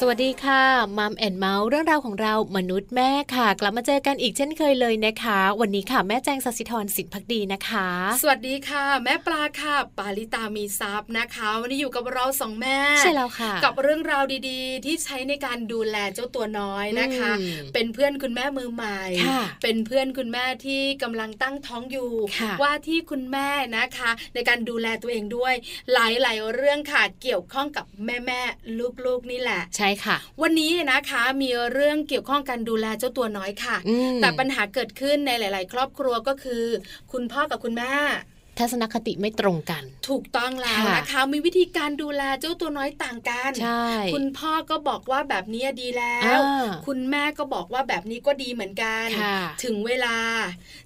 สวัสดีค่ะมัมแอนเมาส์เรื่องราวของเรามนุษย์แม่ค่ะ กลับมาเจอกันอีกเช่นเคยเลยนะคะ วันนี้ค่ะแม่แจงสัสิธรสินพักดีนะคะ สวัสดีค่ะ แม่ปลาค่ะ ปาลิตามีซับนะคะ วันนี้อยู่กับเราสองแม่ ใช่แล้วค่ะ กับเรื่องราวดีๆ ที่ใช้ในการดูแลเจ้าตัวน้อยนะคะ อืม เป็นเพื่อนคุณแม่มือใหม่ ค่ะ เป็นเพื่อนคุณแม่ที่กำลังตั้งท้องอยู่ ค่ะ ว่าที่คุณแม่นะคะ ในการดูแลตัวเองด้วย หลายๆเรื่องค่ะเกี่ยวข้องกับแม่ๆลูกๆนี่แหละ ใช่ค่ะ วันนี้นะคะมีเรื่องเกี่ยวข้องการดูแลเจ้าตัวน้อยค่ะ อืม แต่ปัญหาเกิดขึ้นในหลาย ๆ ครอบครัวก็คือ คุณพ่อกับคุณแม่ ทัศนคติไม่ตรงกัน ถูกต้องแล้ว ค่ะ นะคะ มีวิธีการดูแลเจ้าตัวน้อยต่างกัน ใช่ คุณพ่อก็บอกว่าแบบนี้ดีแล้ อ่า ว คุณแม่ก็บอกว่าแบบนี้ก็ดีเหมือนกัน ค่ะ ถึงเวลา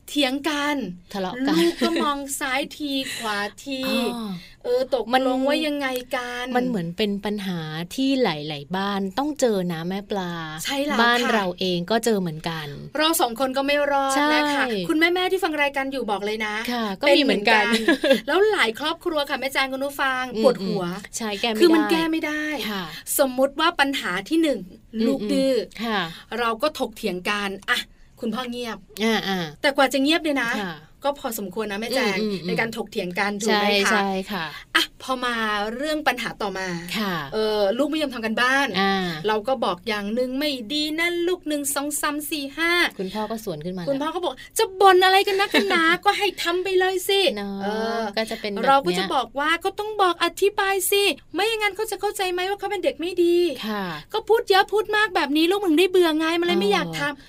เถียงกัน ทะเลาะกัน ลูกก็มองซ้ายทีขวาที อ๋อ เออตก มัน ลงว่ายังไงกัน มันเหมือนเป็นปัญหาที่หลาย ๆ บ้านต้องเจอนะแม่ปลา ใช่แล้ว บ้าน ค่ะ เราเองก็เจอเหมือนกัน เราสองคนก็ไม่รอด ใช่ นะคะคุณแม่แม่ๆที่ฟังรายการอยู่บอกเลยนะ ค่ะ ก็ ป็ มีเหมือนกัน แล้วหลายครอบครัวค่ะแม่แจางคุณนุฟังปวดหัว อืมอืมใช่แก้ไม่ คือมัน ได้ แก้ไม่ได้ ค่ะ สมมุติว่าปัญหาที่หนึ่ง ม ลูกดือ้อ ค่ะ เราก็ถกเถียงกันอ่ะคุณพ่อเงียบ อ่าอ่า แต่กว่าจะเงียบเนี่ยนะ ค่ะ ก็พอสมควรนะแม่แจง อืมอืม ในการถกเถียงกันถูก ใช่ ไหมคะ ใช่ค่ะ อ่ะพอมาเรื่องปัญหาต่อมา ค่ะ เออลูกไม่ยอมทำกันบ้าน อ่า เราก็บอกอย่างหนึ่งไม่ดีนั่นลูกหนึ่งสองสามสี่ห้า คุณพ่อก็สวนขึ้นมา คุณพ่อ แ ก็บอกจะบ่นอะไรกันนะกันหนา ก็ให้ทำไปเลยสิ หละเนา เออะ ก็จะเป็นแบบ เราก็จะ นี้ย บอกว่าก็ต้องบอกอธิบายสิ ไม่อย่างนั้นเขาจะเข้าใจไหมว่าเขาเป็นเด็กไม่ดี ค่ะ ก็พูดเยอะพูดมากแบบนี้ลูกมึงได้เบื่อไงมันเลยไม่ อ๋อ อ อ ยากทำ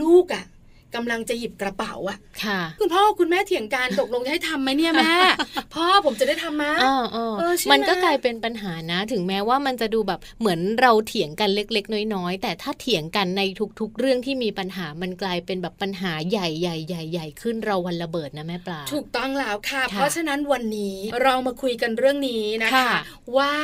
ลูกอ่ะกำลังจะหยิบกระเป๋าอ่ะ ค่ะ คุณพ่อคุณแม่เถียงกันตกลงจะให้ทำไหมเนี่ยแม่ พ่อผมจะได้ทำไหม อ๋ออ๋อ เออใช่ไหม มันก็กลายเป็นปัญหานะ ถึงแม้ว่ามันจะดูแบบเหมือนเราเถียงกันเล็ก ๆ น้อยๆแต่ถ้าเถียงกันในทุก ๆ เรื่องที่มีปัญหามันกลายเป็นแบบปัญหาใหญ่ๆใหญ่ๆขึ้นเราวันระเบิดนะแม่ปลา ถูกต้องแล้วค่ะ ค่ะ เพราะฉะนั้นวันนี้เรามาคุยกันเรื่องนี้นะคะ ค่ะ ว่า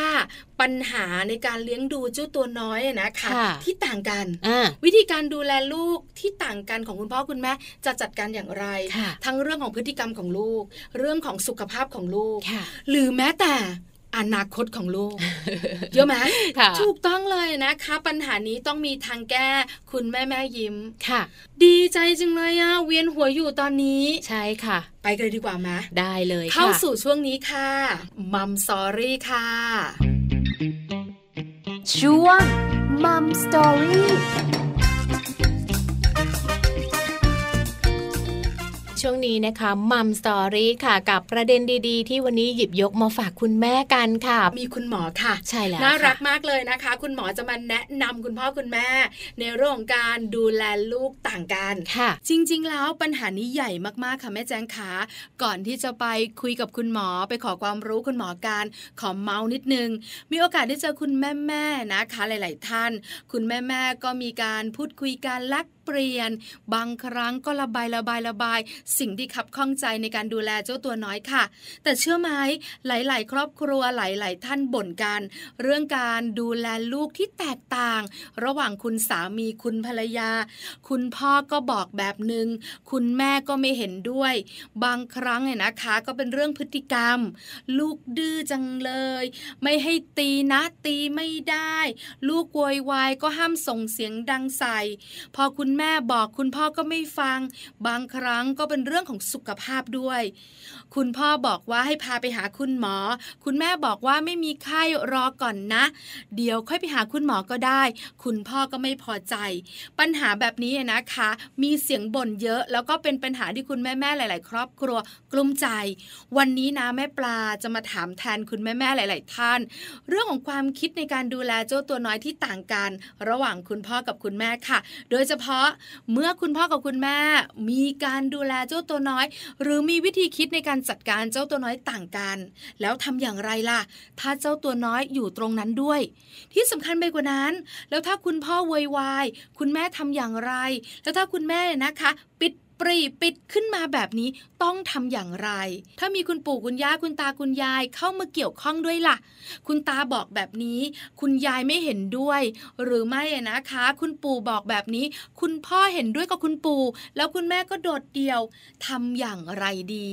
ปัญหาในการเลี้ยงดูเจ้าตัวน้อยนะคะ ค่ะ ที่ต่างกัน อ่า วิธีการดูแลลูกที่ต่างกันของคุณพ่อคุณแม่จะจัดการอย่างไร ค่ะ ทั้งเรื่องของพฤติกรรมของลูก เรื่องของสุขภาพของลูก ค่ะ หรือแม้แต่อนาคตของลู ก เยอะไหม ค่ะ ถูกต้องเลยนะคะ ปัญหานี้ต้องมีทางแก้คุณแม่แม่ยิ้ม ค่ะ ดีใจจังเลยอะเวียนหัวอยู่ตอนนี้ ใช่ค่ะ ไปกันเลยดีกว่าไหม ได้เลยค่ะ เข้าสู่ช่วงนี้ค่ะมัมสอรี่ค่ะ ช่วงมัมสตอรี่ ช่วงนี้นะคะมัมสตอรี่ค่ะ กับประเด็นดีๆ ที่วันนี้หยิบยกมาฝากคุณแม่กันค่ะ มีคุณหมอค่ะ ใช่แล้ว น่ารัก ค่ะ มากเลยนะคะ คุณหมอจะมาแนะนำคุณพ่อคุณแม่ ในเรื่องของการดูแลลูกต่างกัน ค่ะ จริง ๆ แล้วปัญหานี้ใหญ่มากๆ ค่ะแม่แจงขาก่อนที่จะไปคุยกับคุณหมอไปขอความรู้คุณหมอการขอเมาส์นิดนึง มีโอกาสได้เจอคุณแม่ๆนะคะ หลาย ๆ ท่าน คุณแม่ๆก็มีการพูดคุยการแลกเปลี่ยน บางครั้งก็ระบายระบายระบาย สิ่งที่ขับข้องใจในการดูแลเจ้าตัวน้อยค่ะ แต่เชื่อไหมหลาย ๆ ครอบครัวหลาย ๆ ท่านบ่นกัน เรื่องการดูแลลูกที่แตกต่าง ระหว่างคุณสามีคุณภรรยา คุณพ่อก็บอกแบบหนึง่งคุณแม่ก็ไม่เห็นด้วย บางครั้งเนี่ยนะคะ ก็เป็นเรื่องพฤติกรรม ลูกดื้อจังเลย ไม่ให้ตีนะตีไม่ได้ ลูกโวยวายก็ห้ามส่งเสียงดังใส่ พอคุณแม่บอกคุณพ่อก็ไม่ฟัง บางครั้งก็เป็นเรื่องของสุขภาพด้วย คุณพ่อบอกว่าให้พาไปหาคุณหมอ คุณแม่บอกว่าไม่มีไข้รอก่อนนะ เดี๋ยวค่อยไปหาคุณหมอก็ได้ คุณพ่อก็ไม่พอใจ ปัญหาแบบนี้นะคะ มีเสียงบ่นเยอะ แล้วก็เป็นปัญหาที่คุณแม่ๆหลาย ๆ ครอบครัวกลุ้มใจ วันนี้นะแม่ปลาจะมาถามแทนคุณแม่ๆหลาย ๆ ท่าน เรื่องของความคิดในการดูแลเจ้าตัวน้อยที่ต่างกัน ระหว่างคุณพ่อกับคุณแม่ค่ะ โดยเฉพาะเมื่อคุณพ่อกับคุณแม่ มีการดูแลเจ้าตัวน้อย หรือมีวิธีคิดในการจัดการเจ้าตัวน้อยต่างกัน แล้วทำอย่างไรล่ะ ถ้าเจ้าตัวน้อยอยู่ตรงนั้นด้วย ที่สำคัญไปกว่านั้น แล้วถ้าคุณพ่อโวยวายคุณแม่ทำอย่างไร แล้วถ้าคุณแม่นะคะ ปิด ปรีปิดขึ้นมาแบบนี้ต้องทำอย่างไร ถ้ามีคุณปู่คุณย่าคุณตาคุณยายเข้ามาเกี่ยวข้องด้วยล่ะ คุณตาบอกแบบนี้ คุณยายไม่เห็นด้วย หรือไม่อะนะคะ คุณปู่บอกแบบนี้ คุณพ่อเห็นด้วยกับคุณปู่ แล้วคุณแม่ก็โดดเดี่ยวทำอย่างไรดี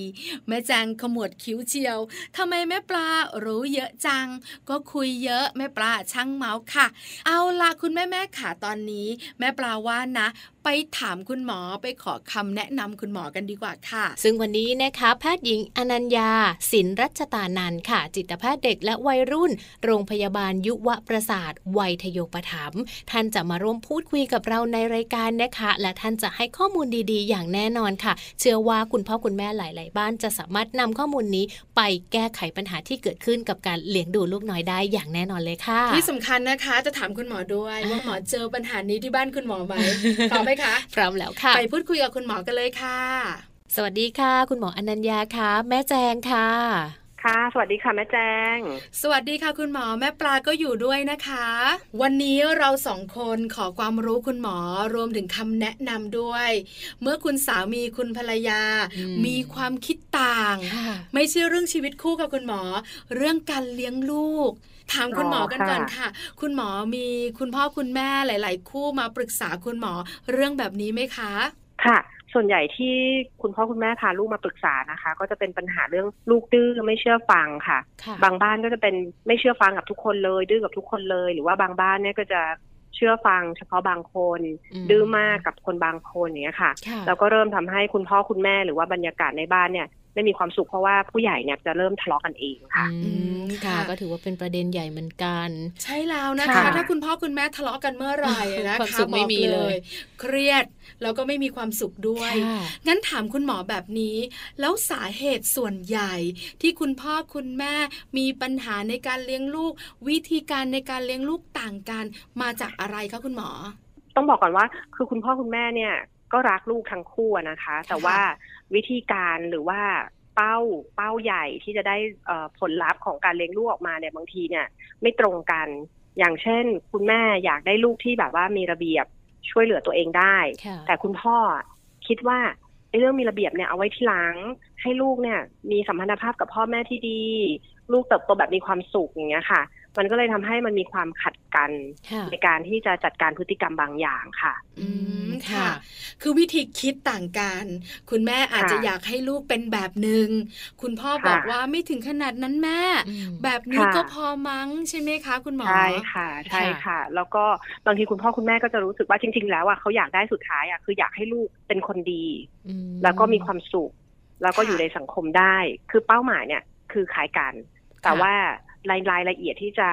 แม่แจงขมวดคิ้วเชียวทำไมแม่ปลารู้เยอะจัง ก็คุยเยอะแม่ปลาช่างเมาส์ค่ะ เอาล่ะคุณแม่แม่ขาตอนนี้ แม่ปลาว่านะ ไปถามคุณหมอไปขอคำแนะนำคุณหมอกันดีกว่าค่ะ ซึ่งวันนี้นะคะแพทย์หญิงอนัญญาศินรัชตานันท์ค่ะ จิตแพทย์เด็กและวัยรุ่น โรงพยาบาลยุวประสาทวัยทโยปถัมภ์ท่านจะมาร่วมพูดคุยกับเราในรายการนะคะ และท่านจะให้ข้อมูลดีๆ อย่างแน่นอนค่ะ เชื่อว่าคุณพ่อคุณแม่หลาย ๆ บ้านจะสามารถนำข้อมูลนี้ ไปแก้ไขปัญหาที่เกิดขึ้นกับการเลี้ยงดูลูกน้อยได้อย่างแน่นอนเลยค่ะ ที่สำคัญนะคะ จะถามคุณหมอด้วยว่าหมอเจอปัญหานี้ที่บ้านคุณหมอ ไหม พร้อมไหมคะ พร้อมแล้วค่ะ ไปพูดคุยกับคุณหมอกันเลยค่ะ สวัสดีค่ะ คุณหมออนัญญาค่ะ แม่แจงค่ะ ค่ะ สวัสดีค่ะแม่แจ้ง สวัสดีค่ะคุณหมอแม่ปลาก็อยู่ด้วยนะคะ วันนี้เราสองคนขอความรู้คุณหมอรวมถึงคำแนะนำด้วย เมื่อคุณสามีคุณภรรยา อืม มีความคิดต่าง ค่ะ ไม่ใช่เรื่องชีวิตคู่กับคุณหมอ เรื่องการเลี้ยงลูก ถามคุณหมอกัน อ๋อค่ะ ก่อนค่ะ คุณหมอมีคุณพ่อคุณแม่หลาย ๆ คู่มาปรึกษาคุณหมอเรื่องแบบนี้ไหมคะ ค่ะ ส่วนใหญ่ที่คุณพ่อคุณแม่พาลูกมาปรึกษานะคะ ก็จะเป็นปัญหาเรื่องลูกดื้อไม่เชื่อฟังค่ะ ค่ะ บางบ้านก็จะเป็นไม่เชื่อฟังกับทุกคนเลย ดื้อกับทุกคนเลย หรือว่าบางบ้านเนี่ยก็จะเชื่อฟังเฉพาะบางคน ดื้อมากกับคนบางคนอย่างเงี้ยค่ะ ค่ะ แล้วก็เริ่มทำให้คุณพ่อคุณแม่หรือว่าบรรยากาศในบ้านเนี่ยไม่มีความสุขเพราะว่าผู้ใหญ่เนี่ยจะเริ่มทะเลาะกันเองค่ะ อืมค่ะ ค่ะ ก็ถือว่าเป็นประเด็นใหญ่เหมือนกัน ใช่แล้วนะคะ ค่ะ ถ้าคุณพ่อคุณแม่ทะเลาะกันเมื่อไหร่นะคะ ความสุขไม่ บอก มีเลย เครียดแล้วก็ไม่มีความสุขด้วย ค่ะ งั้นถามคุณหมอแบบนี้ แล้วสาเหตุส่วนใหญ่ ที่คุณพ่อคุณแม่มีปัญหาในการเลี้ยงลูก วิธีการในการเลี้ยงลูกต่างกัน มาจากอะไรคะคุณหมอ ต้องบอกก่อนว่าคือคุณพ่อคุณแม่เนี่ยก็รักลูกทั้งคู่อะนะคะ แต่ว่าวิธีการหรือว่าเป้าเป้าใหญ่ที่จะได้เอ่อผลลัพธ์ของการเลี้ยงลูกออกมาเนี่ยบางทีเนี่ยไม่ตรงกัน อย่างเช่น คุณแม่อยากได้ลูกที่แบบว่ามีระเบียบช่วยเหลือตัวเองได้ ค่ะ แต่คุณพ่อคิดว่าไอ้เรื่องมีระเบียบเนี่ยเอาไว้ที่หลังให้ลูกเนี่ยมีสัมพันธภาพกับพ่อแม่ที่ดี ลูกเติบโตแบบมีความสุขอย่างเงี้ยค่ะ มันก็เลยทำให้มันมีความขัดกัน ค่ะ ในการที่จะจัดการพฤติกรรมบางอย่างค่ะ อืม ค่ะ ค่ะ คือวิธีคิดต่างกัน คุณแม่อาจจะ ค่ะ อยากให้ลูกเป็นแบบหนึ่ง คุณพ่อบอก ค่ะ ว่าไม่ถึงขนาดนั้นแม่ อืม แบบนี้ ค่ะ ก็พอมั้งใช่ไหมคะ คุณหมอ ใช่ค่ะใช่ค่ะ แล้วก็บางทีคุณพ่อคุณแม่ก็จะรู้สึกว่าจริง ๆ แล้วอ่ะเขาอยากได้สุดท้ายอ่ะคืออยากให้ลูกเป็นคนดี อืม แล้วก็มีความสุข แล้วก็ ค่ะ อยู่ในสังคมได้ คือเป้าหมายเนี่ยคือขายกัน แต่ ค่ะ ว่ารายรายละเอียดที่จะ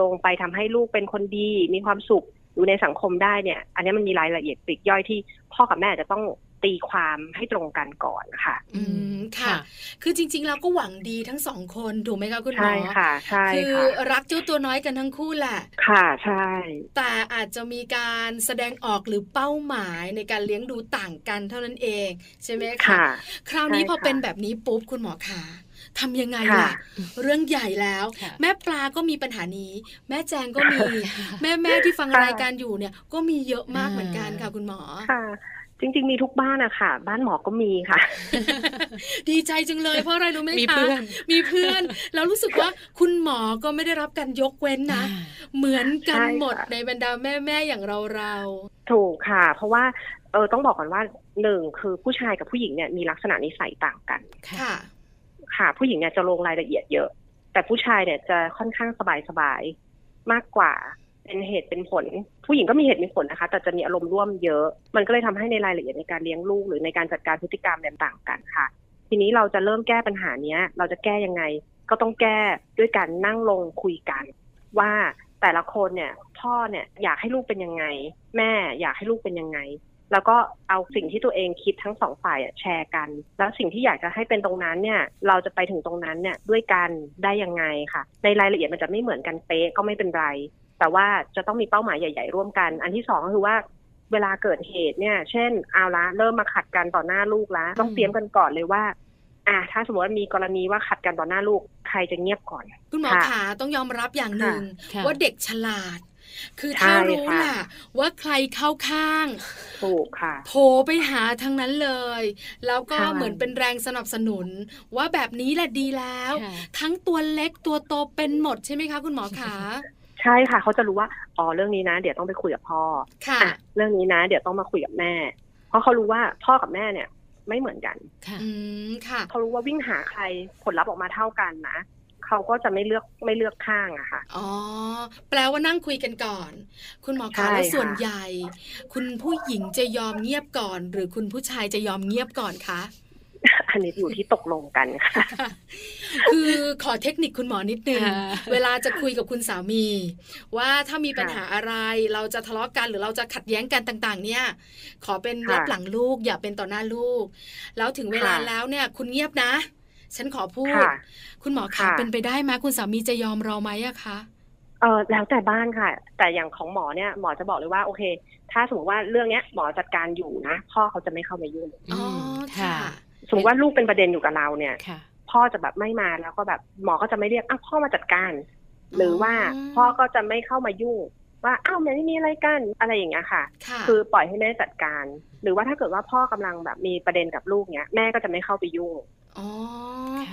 ลงไปทำให้ลูกเป็นคนดี มีความสุขอยู่ในสังคมได้เนี่ย อันนี้มันมีรายละเอียดปลีกย่อยที่พ่อกับแม่อาจจะต้องตีความให้ตรงกันก่อนค่ะ อืมค่ะ คือจริงๆแล้วก็หวังดีทั้งสองคนถูกไหมคะคุณหม ใช่ อ ค่ะใช่ คือ ค่ะ รักเจ้าตัวน้อยกันทั้งคู่แหละ ค่ะใช่ แต่อาจจะมีการแสดงออกหรือเป้าหมายในการเลี้ยงดูต่างกันเท่านั้นเองใช่ไหม ค่ะ คราวนี้ ใช่ พอ ค่ะ เป็นแบบนี้ปุ๊บคุณหมอขาทำยังไง ค่ะ ล่ะ เรื่องใหญ่แล้ว ค่ะ แม่ปลาก็มีปัญหานี้ แม่แจงก็มี แม่แม่ที่ฟังรายการอยู่เนี่ย ก็มีเยอะมากเหมือนกันค่ะคุณหมอ ค่ะ จริง ๆ มีทุกบ้านอะค่ะ บ้านหมอก็มีค่ะ ดีใจจังเลยเพราะอะไรรู้ไหม มี คะ เพื่อน มีเพื่อน แล้วรู้สึกว่าคุณหมอก็ไม่ได้รับการยกเว้นนะ อ่า เหมือนกัน ใช่ หมด ค่ะ ในบรรดาแม่แม่ๆอย่างเราเรา ถูกค่ะ เพราะว่าเออต้องบอกก่อนว่าหนึ่งคือผู้ชายกับผู้หญิงเนี่ยมีลักษณะนิสัยต่างกัน ๆค่ะ ค่ะ ผู้หญิงเนี่ยจะลงรายละเอียดเยอะ แต่ผู้ชายเนี่ยจะค่อนข้างสบายๆมากกว่า เป็นเหตุเป็นผล ผู้หญิงก็มีเหตุมีผลนะคะ แต่จะมีอารมณ์ร่วมเยอะ มันก็เลยทำให้ในรายละเอียดในการเลี้ยงลูกหรือในการจัดการพฤติกรรมเนี่ยต่างกันค่ะ ทีนี้เราจะเริ่มแก้ปัญหาเนี้ย เราจะแก้ยังไง ก็ต้องแก้ด้วยการนั่งลงคุยกัน ว่าแต่ละคนเนี่ย พ่อเนี่ยอยากให้ลูกเป็นยังไง แม่อยากให้ลูกเป็นยังไง แล้วก็เอาสิ่งที่ตัวเองคิดทั้งสองฝ่ายอะแชร์กัน แล้วสิ่งที่อยากจะให้เป็นตรงนั้นเนี่ย เราจะไปถึงตรงนั้นเนี่ยด้วยกันได้ยังไงค่ะ ในรายละเอียดมันจะไม่เหมือนกันเป๊ะก็ไม่เป็นไร แต่ว่าจะต้องมีเป้าหมายใหญ่ ๆ ร่วมกัน อันที่สองก็คือว่า เวลาเกิดเหตุเนี่ย เช่นเอาละเริ่มมาขัดกันต่อหน้าลูกละต้อ อืมงเตรียมกันก่อนเลยว่า อ่ะถ้าสมมติว่ามีกรณีว่าขัดกันต่อหน้าลูกใครจะเงียบก่อน คุณหมอ ค่ะ ขาต้องยอมรับอย่างหนึ่ง ค่ะ ว่าเด็กฉลาด คือ ใช่ ถ้ารู้ ค่ะ ล่ะ ว่าใครเข้าข้าง ถูกค่ะ โผล่ไปหาทั้งนั้นเลย แล้วก็ ใช่ เหมือนเป็นแรงสนับสนุน ว่าแบบนี้แหละดีแล้ว ค่ะ ทั้งตัวเล็กตัวโตเป็นหมดใช่ไหมคะคุณหมอขา ใช่ค่ะ เขาจะรู้ว่า อ๋อ เรื่องนี้นะ เดี๋ยวต้องไปคุยกับพ่อ ค่ะ อ่ะเรื่องนี้นะ เดี๋ยวต้องมาคุยกับแม่ เพราะเขารู้ว่าพ่อกับแม่เนี่ย ไม่เหมือนกัน ค่ะ อืมค่ะ เขารู้ว่าวิ่งหาใครผลลัพธ์ออกมาเท่ากันนะ เขาก็จะไม่เลือกไม่เลือกข้างอะค่ะ อ๋อ แปลว่านั่งคุยกันก่อน คุณหมอ ใช่ คะ ค่ะ แล้วส่วนใหญ่ คุณผู้หญิงจะยอมเงียบก่อน หรือคุณผู้ชายจะยอมเงียบก่อนคะ อันนี้อยู่ที่ตกลงกันค่ะ คือขอเทคนิคคุณหมอนิดนึง ค่ะ เวลาจะคุยกับคุณสามี ว่าถ้ามีปัญหาอะไรเราจะทะเลาะกันหรือเราจะขัดแย้งกันต่าง ๆ เนี่ย ขอเป็น ค่ะ รับหลังลูก อย่าเป็นต่อหน้าลูก แล้วถึงเวลา ค่ะ แล้วเนี่ย คุณเงียบนะ ฉันขอพูด ค่ะ คุณหมอคะ ค่ะ เป็นไปได้ไหมคุณสามีจะยอมเราไหมอะคะ เออแล้วแต่บ้านค่ะ แต่อย่างของหมอเนี่ยหมอจะบอกเลยว่าโอเค ถ้าสมมติว่าเรื่องเนี้ยหมอจัดการอยู่นะ พ่อเขาจะไม่เข้ามายุ่ง อ๋อ ม ค่ะ สมมติว่าลูกเป็นประเด็นอยู่กับเราเนี่ย ค่ะ พ่อจะแบบไม่มาแล้วก็แบบหมอก็จะไม่เรียกอ้าวพ่อมาจัดการ อ๋อ หรือว่าพ่อก็จะไม่เข้ามายุ่ง ว่าอ้าวมันไม่มีอะไรกันอะไรอย่างเงี้ยค่ะ ค่ะ คือปล่อยให้แม่จัดการ หรือว่าถ้าเกิดว่าพ่อกำลังแบบมีประเด็นกับลูกเนี้ยแม่ก็จะไม่เข้าไปยุ่ง อ๋อ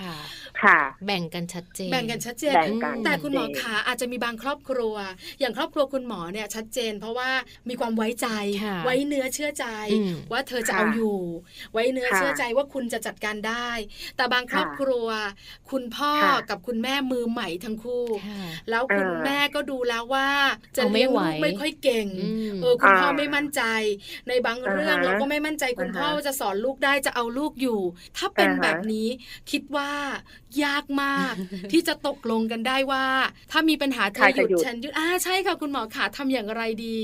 ค่ะ ค่ะ แบ่งกันชัดเจน แบ่งกันชัดเจน แบ่งกัน แต่คุณหมอ ชัดเจน ขาอาจจะมีบางครอบครัว อย่างครอบครัวคุณหมอเนี่ยชัดเจน เพราะว่ามีความไว้ใจ ค่ะ ไว้เนื้อเชื่อใจ อืม ว่าเธอจะ ค่ะ เอาอยู่ ไว้เนื้อ ค่ะ เชื่อใจว่าคุณจะจัดการได้ แต่บางครอบครัว คุณพ่อ ค่ะ กับคุณแม่มือใหม่ทั้งคู่ ค่ะ แล้วคุณ เออ แม่ก็ดูแล้วว่า จะ เอาไม่ เลี้ยง ไหว ลูกไม่ค่อยเก่ง อืม เออคุณ อ่า พ่อไม่มั่นใจ ในบางเรื่อง อ่าฮะ เราก็ไม่มั่นใจคุณ อ่าฮะ พ่อว่าจะสอนลูกได้จะเอาลูกอยู่ ถ้าเป็น อ่าฮะ แบบนี้คิดว่ายากม าก ที่จะตกลงกันได้ว่า ถ้ามีปัญหาเธอหยุดฉันหยุดอ่าใช่ค่ะคุณหมอขาทำอย่างไรดี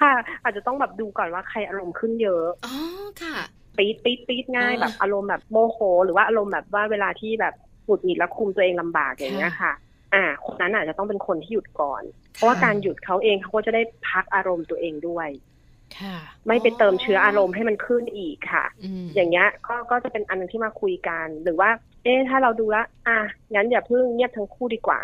ค่ะ อาจจะต้องแบบดูก่อนว่าใครอารมณ์ขึ้นเยอะ อ๋อค่ะ ปี๊ดปี๊ดปี๊ดง่าย อ่า แบบอารมณ์แบบโมโห หรือว่าอารมณ์แบบว่าเวลาที่แบบหงุดหงิดแล้วคุมตัวเองลำบากอย่างเงี้ยค่ะ อ่า คนนั้นอาจจะต้องเป็นคนที่หยุดก่อน เพราะว่า ค่ะ การหยุดเขาเองเขาก็จะได้พักอารมณ์ตัวเองด้วย ค่ะ ไม่ไปเติมเชื้ออารม อ๋อณ์ให้มันขึ้นอีกค่ะ อืม อย่างเงี้ยก็ก็จะเป็นอันหนึงที่มาคุยกัน หรือว่า เอ๊ะถ้าเราดูและอ่ะงั้นอย่าเพิ่งเงียบทั้งคู่ดีกว่า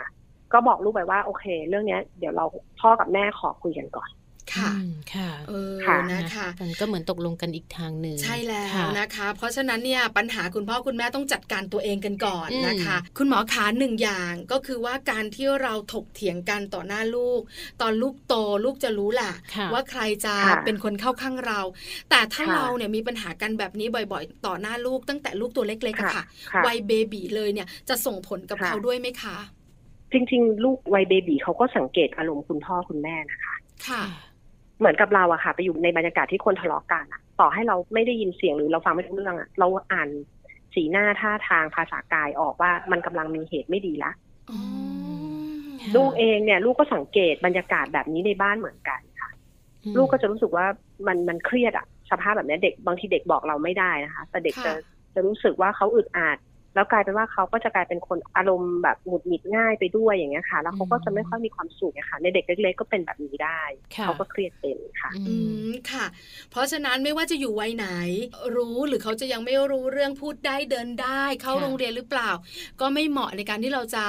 ก็บอกลูกไปว่าโอเค เรื่องเนี้ย เดี๋ยวเราพ่อกับแม่ขอคุยกันก่อน ค่ะ อืมค่ะ เออ ค่ะ นะคะ มันก็เหมือนตกลงกันอีกทางหนึ่ง ใช่แล้ว ค่ะ นะคะ เพราะฉะนั้นเนี่ยปัญหาคุณพ่อคุณแม่ต้องจัดการตัวเองกันก่อน อืม นะคะ คุณหมอขาหนึ่งอย่างก็คือว่าการที่เราถกเถียงกันต่อหน้าลูก ตอนลูกโตลูกจะรู้แหละ ค่ะ ว่าใครจะ ค่ะ เป็นคนเข้าข้างเรา แต่ถ้า ค่ะ เราเนี่ยมีปัญหากันแบบนี้บ่อยๆ ต่อหน้าลูกตั้งแต่ลูกตัวเล็กๆอะค่ะ ค่ะ วัยเบบีเลยเนี่ยจะส่งผลกับ ค่ะ เขาด้วยไหมคะ จริง ๆ ลูกวัยเบบีเขาก็สังเกตอารมณ์คุณพ่อคุณแม่นะ ค่ะ เหมือนกับเราอะค่ะ ไปอยู่ในบรรยากาศที่คนทะเลาะกันอะต่อให้เราไม่ได้ยินเสียงหรือเราฟังไม่รู้เรื่องอะเราอ่านสีหน้าท่าทางภาษากายออกว่ามันกำลังมีเหตุไม่ดีละ อ๋อ ค่ะ ลูกเองเนี่ย ลูกก็สังเกตบรรยากาศแบบนี้ในบ้านเหมือนกัน อืม ลูกก็จะรู้สึกว่ามันมันเครียดอะสภาพแบบเนี้ยเด็กบางทีเด็กบอกเราไม่ได้นะคะ แต่เด็กจะ ค่ะ จะรู้สึกว่าเขาอึดอัดแล้วกลายเป็นว่าเขาก็จะกลายเป็นคนอารมณ์แบบหงุดหงิดง่ายไปด้วยอย่างเงี้ยค่ะ แล้วเขาก็จะไม่ค่อยมีความสุขนะคะในเด็กเล็กๆก็เป็นแบบนี้ได้ ค่ะ เขาก็เครียดเป็นค่ะ อื อื ม มค่ะ เพราะฉะนั้นไม่ว่าจะอยู่วัยไหน รู้หรือเขาจะยังไม่รู้เรื่องพูดได้เดินได้ เข้า ค่ะ โรงเรียนหรือเปล่า ก็ไม่เหมาะในการที่เราจะ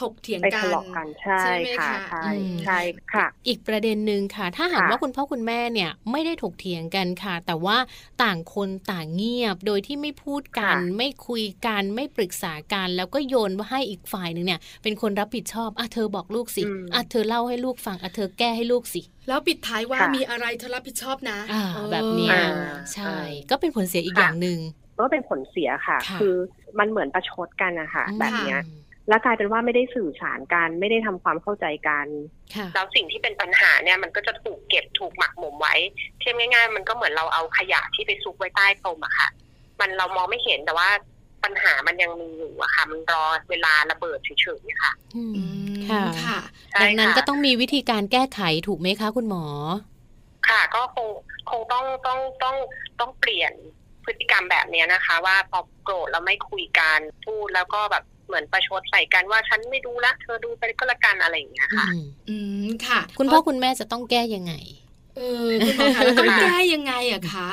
ถกเถียง ไป กันทะเลาะกันใช่ ใช่ไหม ค่ะ คะ ใช่ อืม ใช่ค่ะ อีกประเด็นหนึ่งค่ะ ถ้าหาก ค่ะ ว่าคุณพ่อคุณแม่เนี่ยไม่ได้ถกเถียงกันค่ะ แต่ว่าต่างคนต่างเงียบ โดยที่ไม่พูดกัน ค่ะ ไม่คุยกัน ไม่ปรึกษากัน แล้วก็โยนว่าให้อีกฝ่ายหนึ่งเนี่ย เป็นคนรับผิดชอบอ่ะเธอบอกลูกสิ อืม อ่ะเธอเล่าให้ลูกฟังอ่ะเธอแก้ให้ลูกสิ แล้วปิดท้ายว่า ค่ะ มีอะไรเธอรับผิดชอบนะ อ่า เออ แบบเนี้ย อ่า ใช่ ก็เป็นผลเสียอีกอย่างหนึ่ง ก็เป็นผลเสียค่ะ ค่ะ คือมันเหมือนประชดกันนะคะแบบเนี้ย อืม แล้วกลายเป็นว่าไม่ได้สื่อสารกันไม่ได้ทำความเข้าใจกัน ค่ะ แล้วสิ่งที่เป็นปัญหาเนี่ยมันก็จะถูกเก็บถูกหมักหมมไว้ เทียบง่ายๆ มันก็เหมือนเราเอาขยะที่ไปซุกไว้ใต้พรมอะค่ะ มันเรามองไม่เห็นแต่ว่าปัญหามันยังมีอยู่อะค่ะ มันรอเวลาระเบิดเฉยๆค่ะ อืม อืม ค่ะ ค่ะ ใช่ ดังนั้นก็ ค่ะ ต้องมีวิธีการแก้ไขถูกไหมคะคุณหมอ ค่ะ ก็คงคงต้องต้องต้องต้องเปลี่ยนพฤติกรรมแบบเนี้ยนะคะ ว่าพอโกรธแล้วไม่คุยกันพูดแล้วก็แบบเหมือนประชดใส่กันว่าฉันไม่ดูละเธอดูไปก็ละกันอะไรอย่างเงี้ยค่ะ อืม อืมค่ะ คุณพ่อคุณแม่จะต้องแก้ยังไง เออคุณหมอคะแล้วต้องแก้ยังไงอะคะ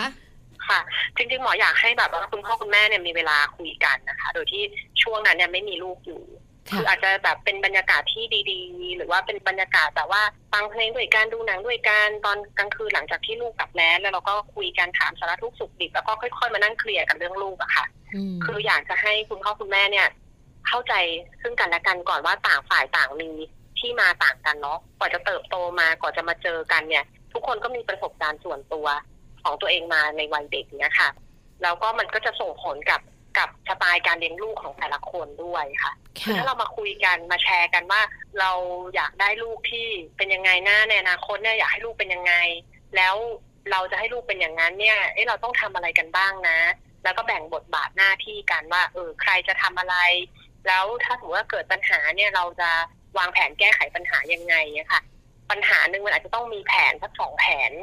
ค่ะจริงๆหมออยากให้แบบว่าคุณพ่อคุณแม่เนี่ยมีเวลาคุยกันนะคะ โดยที่ช่วงนั้นเนี่ยไม่มีลูกอยู่ ค่ะ อาจจะแบบเป็นบรรยากาศที่ดีๆ หรือว่าเป็นบรรยากาศแบบว่าฟังเพลงด้วยกันดูหนังด้วยกันตอนกลางคืนหลังจากที่ลูกกลับแล้วแล้วเราก็คุยกันถามสารทุกข์สุขดิบแล้วก็ค่อยๆมานั่งเคลียร์กันเรื่องลูกอะค่ะ ม คืออยากจะให้คุณพ่อคุณแม่เนี่ย เข้าใจซึ่งกันและกันก่อนว่าต่างฝ่ายต่างมีที่มาต่างกันเนาะกว่าจะเติบโตมากว่าจะมาเจอกันเนี่ย ทุกคนก็มีประสบการณ์ส่วนตัวของตัวเองมาในวัยเด็กเนี่ยค่ะแล้วก็มันก็จะส่งผลกับกับสไตล์การเลี้ยงลูกของแต่ละคนด้วยค่ะ ค่ะ ถ้าเรามาคุยกันมาแชร์กันว่า เราอยากได้ลูกที่เป็นยังไงหน้าในอนาคตเนี่ยอยากให้ลูกเป็นยังไง แล้วเราจะให้ลูกเป็นอย่างนั้นเนี่ยเอะเราต้องทำอะไรกันบ้างนะ แล้วก็แบ่งบทบาทหน้าที่กันว่า เออใครจะทำอะไร แล้วถ้าสมมติว่าเกิดปัญหาเนี่ยเราจะวางแผนแก้ไขปัญหายังไงเนี่ยค่ะ ปัญหาหนึ่งมันอาจจะต้องมีแผนสักสองแผน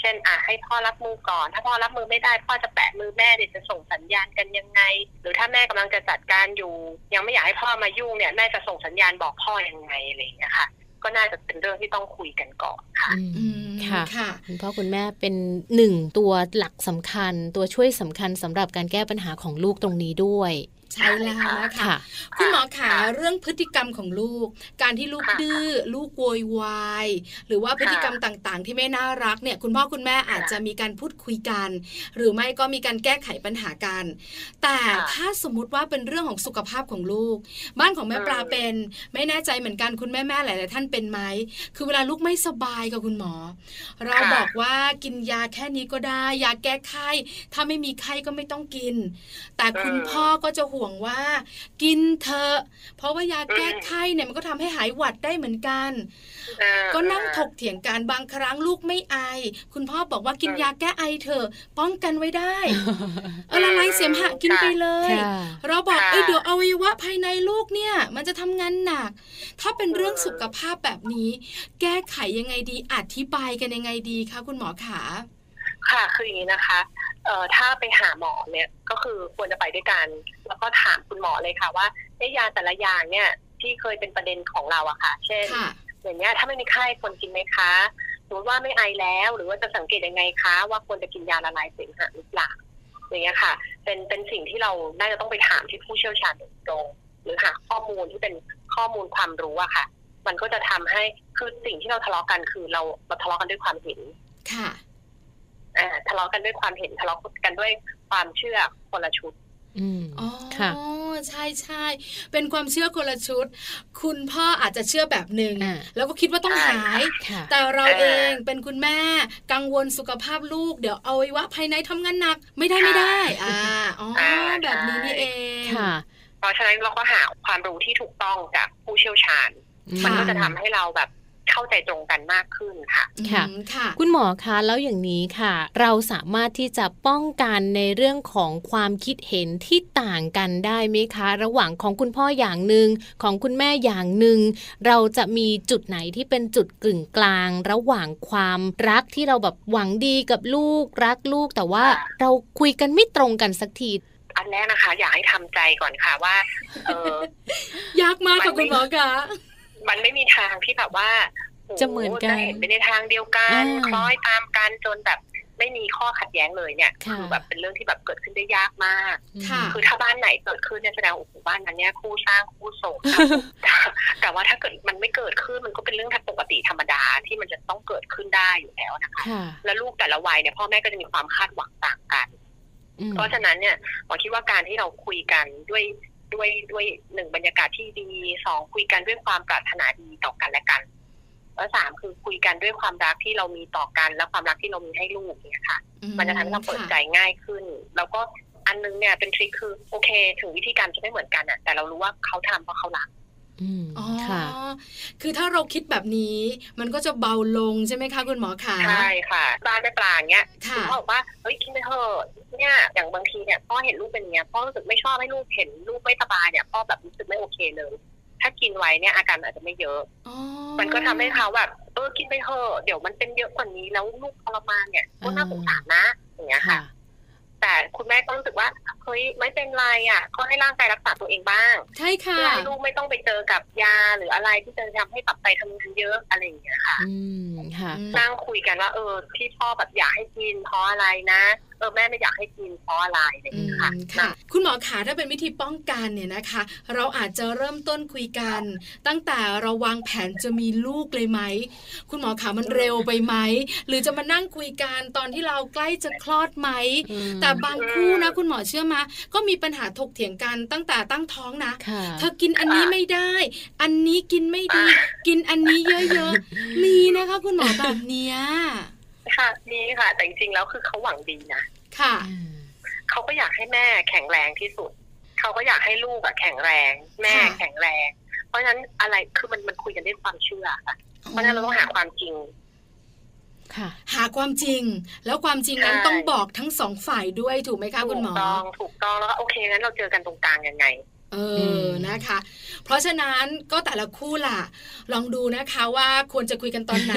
เช่นอ่ะให้พ่อรับมือก่อน ถ้าพ่อรับมือไม่ได้ พ่อจะแปะมือแม่เดี๋ยวจะส่งสัญญาณกันยังไง หรือถ้าแม่กำลังจะจัดการอยู่ ยังไม่อยากให้พ่อมายุ่งเนี่ยแม่จะส่งสัญญาณบอกพ่อยังไงอะไรอย่างเงี้ยค่ะ ก็น่าจะเป็นเรื่องที่ต้องคุยกันก่อนค่ะ อืม อืม ค่ะ ค่ะ คุณพ่อคุณแม่เป็นหนึ่งตัวหลักสำคัญ ตัวช่วยสำคัญสำหรับการแก้ปัญหาของลูกตรงนี้ด้วย ใช่แล้วนะคะ ค่ะ คุณหมอขา ค่ะ เรื่องพฤติกรรมของลูก การที่ลูก ค่ะ ดื้อลูกโวยวายหรือว่าพฤติกรรมต่างๆ ที่ไม่น่ารักเนี่ยคุณพ่อคุณแม่อาจจะมีการพูดคุยกัน หรือไม่ก็มีการแก้ไขปัญหากัน แต่ ค่ะ ถ้าสมมุติว่าเป็นเรื่องของสุขภาพของลูก บ้านของแม่ อืม ปลาเป็น ไม่แน่ใจเหมือนกันคุณแม่แม่ๆหลายๆท่านเป็นไหมคือเวลาลูกไม่สบายกับคุณหมอ เราบอกว่ากินยาแค่นี้ก็ได้ยาแก้ไข้ถ้าไม่มีไข้ก็ไม่ต้องกิน แต่คุณ เออ พ่อก็จะห่วงว่า กินเถอะเพราะว่ายาแก้ อืม ไข้เนี่ยมันก็ทำให้หายหวัดได้เหมือนกัน เออ ก็นั่งถกเถียงกันบางครั้งลูกไม่ไอ คุณพ่อบอกว่ากิเออยนาแก้ไอเถอะป้องกันไว้ ได้เออ เออ ละลายเสมหะกินไปเลย ค่ะ เราบอก ค่ะ เอ้ยเดี๋ยวอวัยวะภายในลูกเนี่ย มันจะทำงานหนัก ถ้าเป็นเรื่อง เออ สุขภาพแบบนี้ แก้ไขยังไงดีอธิบายกันยังไงดีคะคุณหมอขา ค่ะคืออย่างนี้นะคะเอ่อถ้าไปหาหมอเนี่ยก็คือควรจะไปด้วยกัน แล้วก็ถามคุณหมอเลยค่ะว่าไอ้ยาแต่ละอย่างเนี่ยที่เคยเป็นประเด็นของเราอะค่ะ เช่น ค่ะ อย่างเงี้ยถ้าไม่มีไข้ควรกินไหมคะสมมติว่าไม่ไอแล้ว หรือว่าจะสังเกตยังไงคะ ว่าควรจะกินยาละลายเสมหะหรือเปล่าอย่างเงี้ยค่ะ เป็นเป็นสิ่งที่เราน่าจะต้องไปถามที่ผู้เชี่ยวชาญโดยตรง หรือหาข้อมูลที่เป็นข้อมูลความรู้อะค่ะ มันก็จะทำให้คือสิ่งที่เราทะเลาะกันคือเราเราทะเลาะกันด้วยความเห็น ค่ะ อ่าทะเลาะกันด้วยความเห็นทะเลาะกันด้วยความเชื่อคนละชุด อืม อ๋อ ค่ะ ใช่ใช่เป็นความเชื่อคนละชุด คุณพ่ออาจจะเชื่อแบบหนึ่ง อ่า แล้วก็คิดว่าต้องหาย ค่ะ แต่เรา เออ เองเป็นคุณแม่กังวลสุขภาพลูก เดี๋ยวเอาไว้ว่าภายในทำงานหนักไม่ได้ไม่ได้ อ่าอ๋ออา แบบนี้นี่เอง ค่ะ เพราะฉะนั้นเราก็หาความรู้ที่ถูกต้องจากผู้เชี่ยวชาญ มันก็จะทำให้เราแบบเข้าใจตรงกันมากขึ้นค่ะ ค่ะ อืมค่ะ คุณหมอคะแล้วอย่างนี้ค่ะ เราสามารถที่จะป้องกันในเรื่องของความคิดเห็นที่ต่างกันได้ไหมคะ ระหว่างของคุณพ่ออย่างหนึ่งของคุณแม่อย่างหนึ่งเราจะมีจุดไหนที่เป็นจุดกึ่งกลาง ระหว่างความรักที่เราแบบหวังดีกับลูกรักลูก แต่ว่าเราคุยกันไม่ตรงกันสักที อันแรกนะคะ อยากให้ทำใจก่อนค่ะว่าเออ ยากมาก มั ค่ะ นไม่ คุณหมอกะ มันไม่มีทางที่แบบว่าโ จะเหมือนกัน จะเห็นไปในทางเดียวกัน อ่า คล้อยตามกันจนแบบไม่มีข้อขัดแย้งเลยเนี่ย ค่ะ อแบบเป็นเรื่องที่แบบเกิดขึ้นได้ยากมาก ค่ะ คือถ้าบ้านไหนเกิดขึ้นเนี่ยแสดงว่าโอ้โหบ้านนั้นเนี่ยคู่สร้างคู่สม ครับผมแต่ว่าถ้าเกิดมันไม่เกิดขึ้นมันก็เป็นเรื่องปกติธรรมดาที่มันจะต้องเกิดขึ้นได้อยู่แล้วนะคะ ค่ะ แล้วลูกแต่ละวัยเนี่ยพ่อแม่ก็จะมีความคาดหวังต่างกัน อืม เพราะฉะนั้นเนี่ยหมอคิดว่าการที่เราคุยกันด้วยด้วยด้วยหนึ่งบรรยากาศที่ดีสองคุยกันด้วยความปรารถนาดีต่อกันและกันแล้วสามคือคุยกันด้วยความรักที่เรามีต่อกัน และความรักที่เรามีให้ลูกเนี่ยค่ะ มันจะทำให้เราเปิดใจง่ายขึ้น แล้วก็อันนึงเนี่ยเป็นทริคคือโอเค ถึงวิธีการจะไม่เหมือนกันอะแต่เรารู้ว่าเขาทำเพราะเขารัก อืม อ๋อ ค่ะ คือถ้าเราคิดแบบนี้ มันก็จะเบาลงใช่ไหมคะคุณหมอขา ใช่ค่ะบ้านแม่ปลาอย่างเงี้ย ค่ะ พ่อบอกว่าเฮ้ยกินไปเถอะเนี่ยอย่างบางทีเนี่ยพ่อเห็นลูกเป็นอย่างเงี้ยพ่อรู้สึกไม่ชอบให้ลูกเห็นลูกไม่สบายเนี่ยพ่อแบบรู้สึกไม่โอเคเลย ถ้ากินไว้เนี่ยอาการอาจจะไม่เยอะ อ๋อ มันก็ทำให้เขาแบบเออกินไปเถอะเดี๋ยวมันเป็นเยอะกว่านี้แล้วลูกทรมานเนี่ยก็น่า อืม สงสารนะอย่างเงี้ยค่ะ ค่ะ แต่คุณแม่ก็รู้สึกว่าเฮ้ยไม่เป็นไรอ่ะก็ให้ร่างกายรักษาตัวเองบ้าง ใช่ค่ะ เพื่อให้ลูกไม่ต้องไปเจอกับยาหรืออะไรที่จะทำให้ตับไตทำงานเยอะอะไรอย่างเงี้ย อืมค่ะ อืม นั่งคุยกันว่าเออที่พ่อแบบอยากให้กินเพราะอะไรนะ เออแม่ไม่อยากให้กินเพราะอะไรอะไรอย่างเงี้ยค่ะ อืมค่ะ คุณหมอขาถ้าเป็นวิธีป้องกันเนี่ยนะคะ เราอาจจะเริ่มต้นคุยกัน ตั้งแต่เราวางแผนจะมีลูกเลยไหม คุณหมอขามันเร็วไปไหม หรือจะมานั่งคุยกันตอนที่เราใกล้จะคลอดไหม แต่บางคู่นะคุณหมอเชื่อมาก็มีปัญหาถกเถียงกันตั้งแต่ตั้งท้องนะ ค่ะ เธอกินอันนี้ไม่ได้ อันนี้กินไม่ดี กินอันนี้เยอะๆ มีนะคะ คุณหมอแบบเนี้ย ค่ะมีค่ะ แต่จริงๆแล้วคือเขาหวังดีนะ ค่ะ อ่า เขาก็อยากให้แม่แข็งแรงที่สุด เขาก็อยากให้ลูกอะแข็งแรง แม่ ค่ะ แข็งแรง เพราะฉะนั้นอะไรคือมันมันคุยกันด้วยความเชื่อค่ะเพราะฉะนั้นเราต้องหาความจริง ค่ะ หาความจริง แล้วความจริงนั้น ใช่ ต้องบอกทั้งสองฝ่ายด้วยถูกไหมคะ คุณ ถู หม ก อ ต้องถูกต้องแล้วก็โอเคงั้นเราเจอกันตรงกลางยังไง เอ อื อ ม นะคะ เพราะฉะนั้นก็แต่ละคู่ล่ะ ลองดูนะคะว่าควรจะคุยกันตอนไหน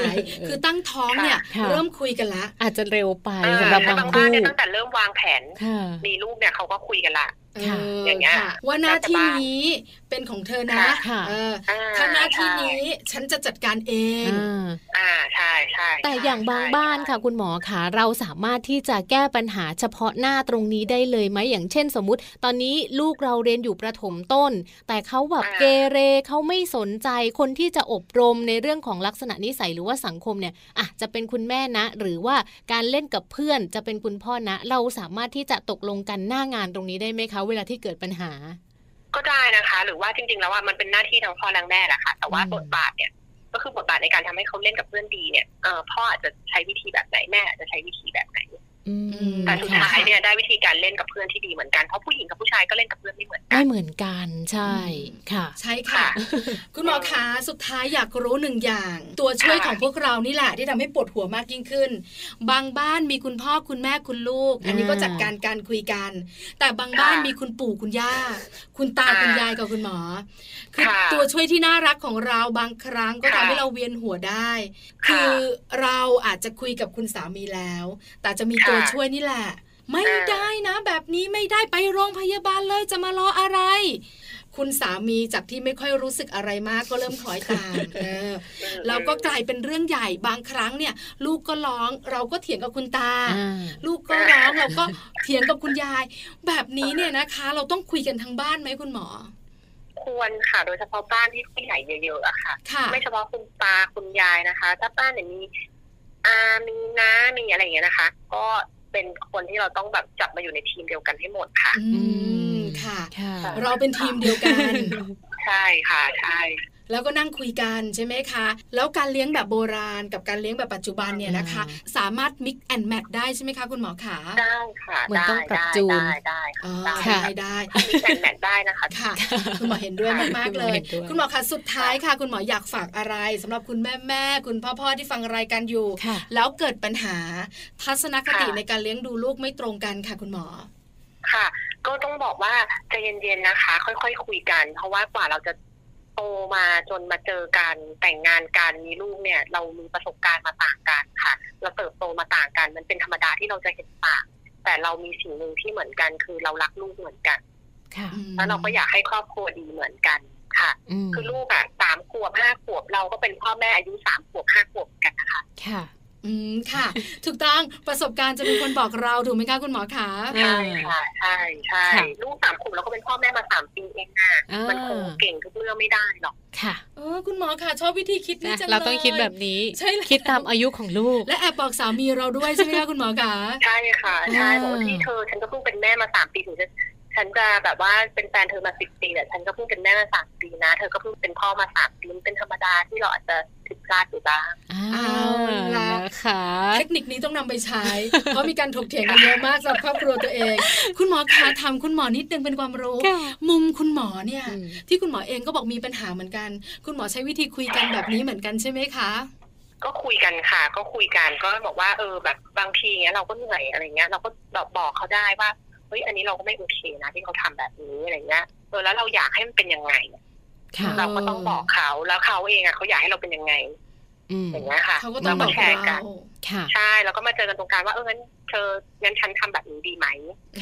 คือตั้งท้องเนี่ย ค่ะ เริ่มคุยกันละ อาจจะเร็วไป เออ สำหรับบา ถ้าง บางบ้า คู่ นเนี่ยตั้งแต่เริ่มวางแผน ค่ะ มีลูกเนี่ยเขาก็คุยกันละ เอ ค่ะ อ อย่างเงี้ย ค่ะ ว่าหน้าที่นี้เป็นของเธอนะ ค่ะ เออ อ่า ถ้าหน้าที่ ใช่ นี้ฉันจะจัดการเอง อ่า อ่าใช่ใช่ แต่ ใช่ อย่างบาง ใช่ บ้านค่ะ คุณหมอคะเราสามารถที่จะแก้ปัญหาเฉพาะหน้าตรงนี้ได้เลยไหมอย่างเช่น สมมติ ตอนนี้ลูกเราเรียนอยู่ประถมต้น แต่เขาแบบเกเรเขาไม่สนใจคนที่จะอบรมในเรื่องของลักษณะนิสัยหรือว่าสังคมเนี่ยอ่ะจะเป็นคุณแม่นะ หรือว่าการเล่นกับเพื่อนจะเป็นคุณพ่อนะ เราสามารถที่จะตกลงกันหน้างานตรงนี้ได้ไหมคะ เวลาที่เกิดปัญหา ก็ได้นะคะ หรือว่าจริงๆแล้วว่ามันเป็นหน้าที่ทั้งพ่อและแม่แหละค่ะ แต่ว่า อืม บทบาทเนี่ย ก็คือบทบาทในการทำให้เขาเล่นกับเพื่อนดีเนี่ยเออพ่ออาจจะใช้วิธีแบบไหนแม่อาจจะใช้วิธีแบบไหน อืม แต่สุด ค่ะ ท้ายเนี่ยได้วิธีการเล่นกับเพื่อนที่ดีเหมือนกัน เพราะผู้หญิงกับผู้ชายก็เล่นกับเพื่อนไม่เหมือนกั ไม่ น เหมือนกันใช่ค่ะ ใช่ค่ะ คุณหมอคะสุดท้ายอยากรู้หนึ่งอย่าง ตัวช่วย ค่ะ ของพวกเรานี่แหละที่ทำให้ปวดหัวมากยิ่งขึ้น บางบ้านมีคุณพ่อคุณแม่คุณลูก อันนี้ก็ อ่า จัดการการคุยกัน แต่บางบ้าน ค่ะ มีคุณปู่คุณย่า คุณตา ค่ะ คุณยายกับคุณหมอ คือ ค่ะ ตัวช่วยที่น่ารักของเราบางครั้งก็ทำ ค่ะ ให้เราเวียนหัวได้ ค่ะ คือเราอาจจะคุยกับคุณสามีแล้ว แต่จะมี ค่ะ ตัวช่วยนี่แหละ ไม่ อ่า ได้นะ แบบนี้ไม่ได้ไปโรงพยาบาลเลยจะมารออะไร คุณสามีจากที่ไม่ค่อยรู้สึกอะไรมากก็เริ่มคล้อยตาม เออ อืม แล้วก็กลายเป็นเรื่องใหญ่บางครั้งเนี่ย ลูกก็ร้องเราก็เถียงกับคุณตา อ่า ลูกก็ร้องเราก็เถียงกับคุณยาย แบบนี้เนี่ยนะคะ เราต้องคุยกันทั้งบ้านไหมคุณหมอ ควรค่ะ โดยเฉพาะบ้านที่ผู้ใหญ่เยอะๆอะค่ะ ค่ะ ไม่เฉพาะคุณตาคุณยายนะคะ ถ้าบ้านเนี่ยมีอามีน้ามีอะไรอย่างเงี้ยนะคะ ก็เป็นคนที่เราต้องแบบจับมาอยู่ในทีมเดียวกันให้หมดค่ะ อืมค่ะ ค่ะ เราเป็นทีมเดียวกัน ใช่ค่ะใช่ แล้วก็นั่งคุยกันใช่ไหมคะ แล้วการเลี้ยงแบบโบราณกับการเลี้ยงแบบปัจจุบันเนี่ยนะคะ อ่า สามารถ mix and match ได้ใช่ไหมคะคุณหมอขา ได้ค่ะ เหมือน ได้ ต้องปรับ ได้ จูน ได้ได้ค่ะ อ๋อ ได้ ค่ะ ได้ได้ มีแอนแมทได้นะคะ ค่ะ คุณหมอเห็นด้วยมากๆเลย คุณหมอเห็นด้วย คุณหมอคะสุดท้ายค่ะ คุณหมออยากฝากอะไรสำหรับคุณแม่แม่ๆคุณพ่อพ่อๆที่ฟังรายการอยู่ ค่ะ แล้วเกิดปัญหาทัศนคติ ค่ะ ในการเลี้ยงดูลูกไม่ตรงกันค่ะ คุณหมอ ค่ะ ก็ต้องบอกว่าใจเย็นๆนะคะ ค่อยๆคุยกัน เพราะว่ากว่าเราจะโตมาจนมาเจอกันแต่งงานกันมีลูกเนี่ย เรามีประสบการณ์มาต่างกันค่ะ เราเติบโตมาต่างกัน มันเป็นธรรมดาที่เราจะเห็นต่างแต่เรามีสิ่งหนึ่งที่เหมือนกัน คือเรารักลูกเหมือนกัน ค่ะ อืม แล้วเราก็อยากให้ครอบครัวดีเหมือนกันค่ะ อืม คือลูกอ่ะสามขวบห้าขวบเราก็เป็นพ่อแม่อายุสามขวบห้าขวบกันนะคะ ค่ะ อืมค่ะ ถูกต้องประสบการณ์จะเป็นคนบอกเราถูกไหมคะคุณหมอคะ อ่า ใช่ค่ะใช่ใช่ ค่ะ ลูกสามขวบเราก็เป็นพ่อแม่มาสามปีเองนะ อ่า มันคงเก่งทุกเรื่องไม่ได้หรอก ค่ะ เออคุณหมอค่ะ ชอบวิธีคิดนี้ นะ จังเลย เราต้องคิดแบบนี้ ใช่แล้ว คิดตามอายุของลูก และแอบบอกสามีเราด้วยใช่ไหมคะคุณหมอคะ ใช่ค่ะใช่ อ่า บอกว่าที่เธอฉันก็เพิ่งเป็นแม่มาสามปีถึงจะฉันจะแบบว่าเป็นแฟนเธอมาสิบปีเนี่ยฉันก็เพิ่งเป็นแม่มาสามปีนะ เธอก็เพิ่งเป็นพ่อมาสามปีมันเป็นธรรมดาที่เราอาจจะผิดพลาดอยู่บ้าง อ่า เอาล่ะ นะคะ เทคนิคนี้ต้องนำไปใช้ เพราะมีการถกเถียงกันเยอะมากสำหรับครอบครัวตัวเอง คุณหมอคะถามคุณหมอนิดนึงเป็นความรู้ ค่ะ มุมคุณหมอเนี่ย อืม ที่คุณหมอเองก็บอกมีปัญหาเหมือนกัน คุณหมอใช้วิธีคุยกันแบบนี้เหมือนกันใช่ไหมคะ ก็คุยกันค่ะ ก็คุยกันก็บอกว่าเออแบบบางทีเนี้ยเราก็เหนื่อยอะไรเงี้ย เราก็แบบบอกเขาได้ว่าเฮ้ยอันนี้เราก็ไม่โอเคนะที่เขาทำแบบนี้อะไรเงี้ยเออแล้วเราอยากให้มันเป็นยังไง ค่ะ เราก็ต้องบอกเขาแล้วเขาเองอะเขาอยากให้เราเป็นยังไง อืม อย่างเงี้ยค่ะ เขาก็ต้องบ ก็ อก แช เรา ร์กัน ค่ะ ใช่แล้วก็มาเจอกันตรงกลางว่าเอองั้นเธองั้นฉันทำแบบนี้ดีไหม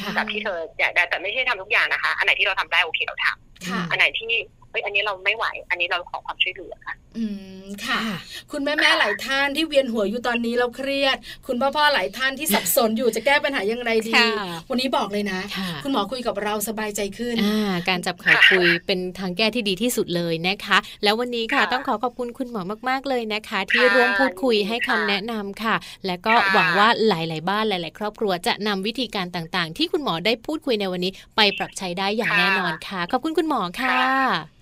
ค่ะ แบบที่เธออยากได้แต่ไม่ใช่ทำทุกอย่างนะคะ อันไหนที่เราทำได้โอเคเราทำ ค่ะ อันไหนที่เ ฮ้ยอันนี้เราไม่ไหว อันนี้เราขอความช่วยเหลือค่ะ อืมค่ะ ค่ะ คุณแม่แม่หลายท่านที่เวียนหัวอยู่ตอนนี้เราเครียด คุณพ่อพ่อหลายท่านที่สับสนอยู่จะแก้ปัญหายังไงดี ค่ะ วันนี้บอกเลยนะ ค่ะ คุณหมอคุยกับเราสบายใจขึ้น อ่าการจับขาคุยเป็นทางแก้ที่ดีที่สุดเลยนะคะ แล้ววันนี้ค่ะ ค่ะ ต้องขอขอบคุณคุณหมอมากๆเลยนะคะ ที่ ค่ะ ร่วมพูดคุยให้คำ ค่ะ แนะนำค่ะ และก็ ค่ะ หวังว่าหลาย ๆ บ้านหลาย ๆ ครอบครัวจะนำวิธีการต่างๆ ที่คุณหมอได้พูดคุยในวันนี้ ไปปรับใช้ได้อย่างแน่นอนค่ะ ขอบคุณคุณหมอค่ะ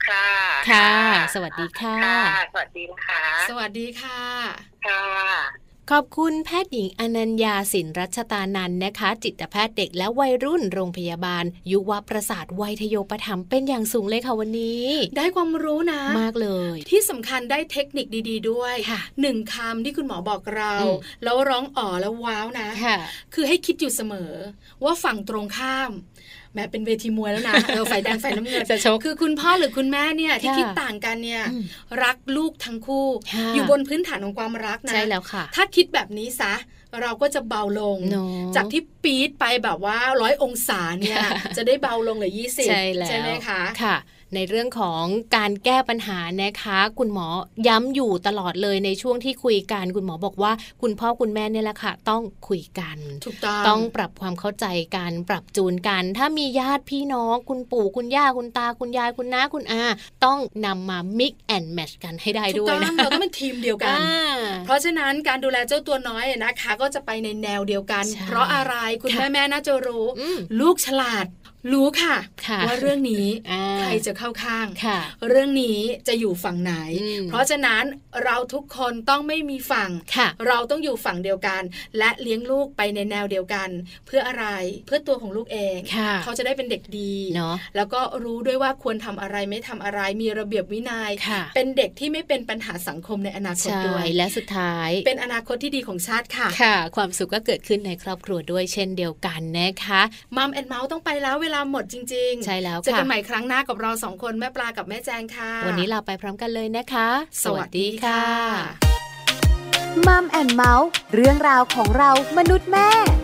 ค่ะ ค่ะ สวัสดีค่ะ ค่ะ สวัสดีนะคะ สวัสดีค่ะ ค่ะ ขอบคุณแพทย์หญิงอนัญญาสินรัชตานันท์นะคะ จิตแพทย์เด็กและวัยรุ่นโรงพยาบาล ยุวประสาทวัยทโยประถมเป็นอย่างสูงเลยค่ะวันนี้ ได้ความรู้นะ มากเลย ที่สำคัญได้เทคนิคดี ๆ ด้วย ค่ะ หนึ่งคำที่คุณหมอบอกเรา อืม แล้วร้องอ๋อแล้วว้าวนะ ค่ะ คือให้คิดอยู่เสมอ ว่าฝั่งตรงข้ามแหม้เป็นเวทีมวยแล้วนะ เออฝ่ายแดงฝ่ายน้ำเงิน จะชก คือคุณพ่อหรือคุณแม่เนี่ยที่ ค่ะ คิดต่างกันเนี่ย อืม รักลูกทั้งคู่ ค่ะ อยู่บนพื้นฐานของความรักนะ ใช่แล้วค่ะ ถ้าคิดแบบนี้ซะ เราก็จะเบาลง เนอะ จากที่ปี๊ดไปแบบว่าร้อยองศาเนี่ย ค่ะ จะได้เบาลงเหลือยี่สิบ ใช่แล้ว ไหมคะ ค่ะ ในเรื่องของการแก้ปัญหานะคะ คุณหมอย้ำอยู่ตลอดเลยในช่วงที่คุยกัน คุณหมอบอกว่า คุณพ่อคุณแม่เนี่ยแหละค่ะ ต้องคุยกัน ถูกต้อง ต้องปรับความเข้าใจกันปรับจูนกัน ถ้ามีญาติพี่น้อง คุณปู่คุณย่าคุณตาคุณยายคุณน้าคุณอา ต้องนำมา mix and match กันให้ได้ ถู ด้ ก วย ต้อง นะ เราต้องเป็นทีมเดียวกัน อ่า เพราะฉะนั้นการดูแลเจ้าตัวน้อยอะนะคะก็จะไปในแนวเดียวกัน ใช่ เพราะอะไรคุณ ค่ะ แม่แม่ๆน่าจะรู้ อืม ลูกฉลาด รู้ค่ะ ค่ะ ว่าเรื่องนี้ อ่า ใครจะเข้าข้าง ค่ะ เรื่องนี้จะอยู่ฝั่งไหน อืม เพราะฉะนั้นเราทุกคนต้องไม่มีฝั่ง ค่ะ เราต้องอยู่ฝั่งเดียวกัน และเลี้ยงลูกไปในแนวเดียวกัน เพื่ออะไรเพื่อตัวของลูกเอง ค่ะ เขาจะได้เป็นเด็กดี เนาะ แล้วก็รู้ด้วยว่าควรทำอะไรไม่ทำอะไรมีระเบียบวินยัย ค่ะ เป็นเด็กที่ไม่เป็นปัญหาสังคมในอนาคต ใช่ ด้วย และสุดท้าย เป็นอนาคตที่ดีของชาติค่ะ ค่ะ ความสุขก็เกิดขึ้นในครอบครัวด้วยเช่นเดียวกันนะคะ มัมแอนเมาส์ต้องไปแล้วเวลาหมดจริงๆ ใช่แล้วค่ะ เจอกันใหม่ครั้งหน้ากับเราสองคนแม่ปลากับแม่แจงค่ะ วันนี้ลาไปพร้อมกันเลยนะคะ สวัสดีค่ะ มัมแอนเมาส์เรื่องราวของเรามนุษย์แม่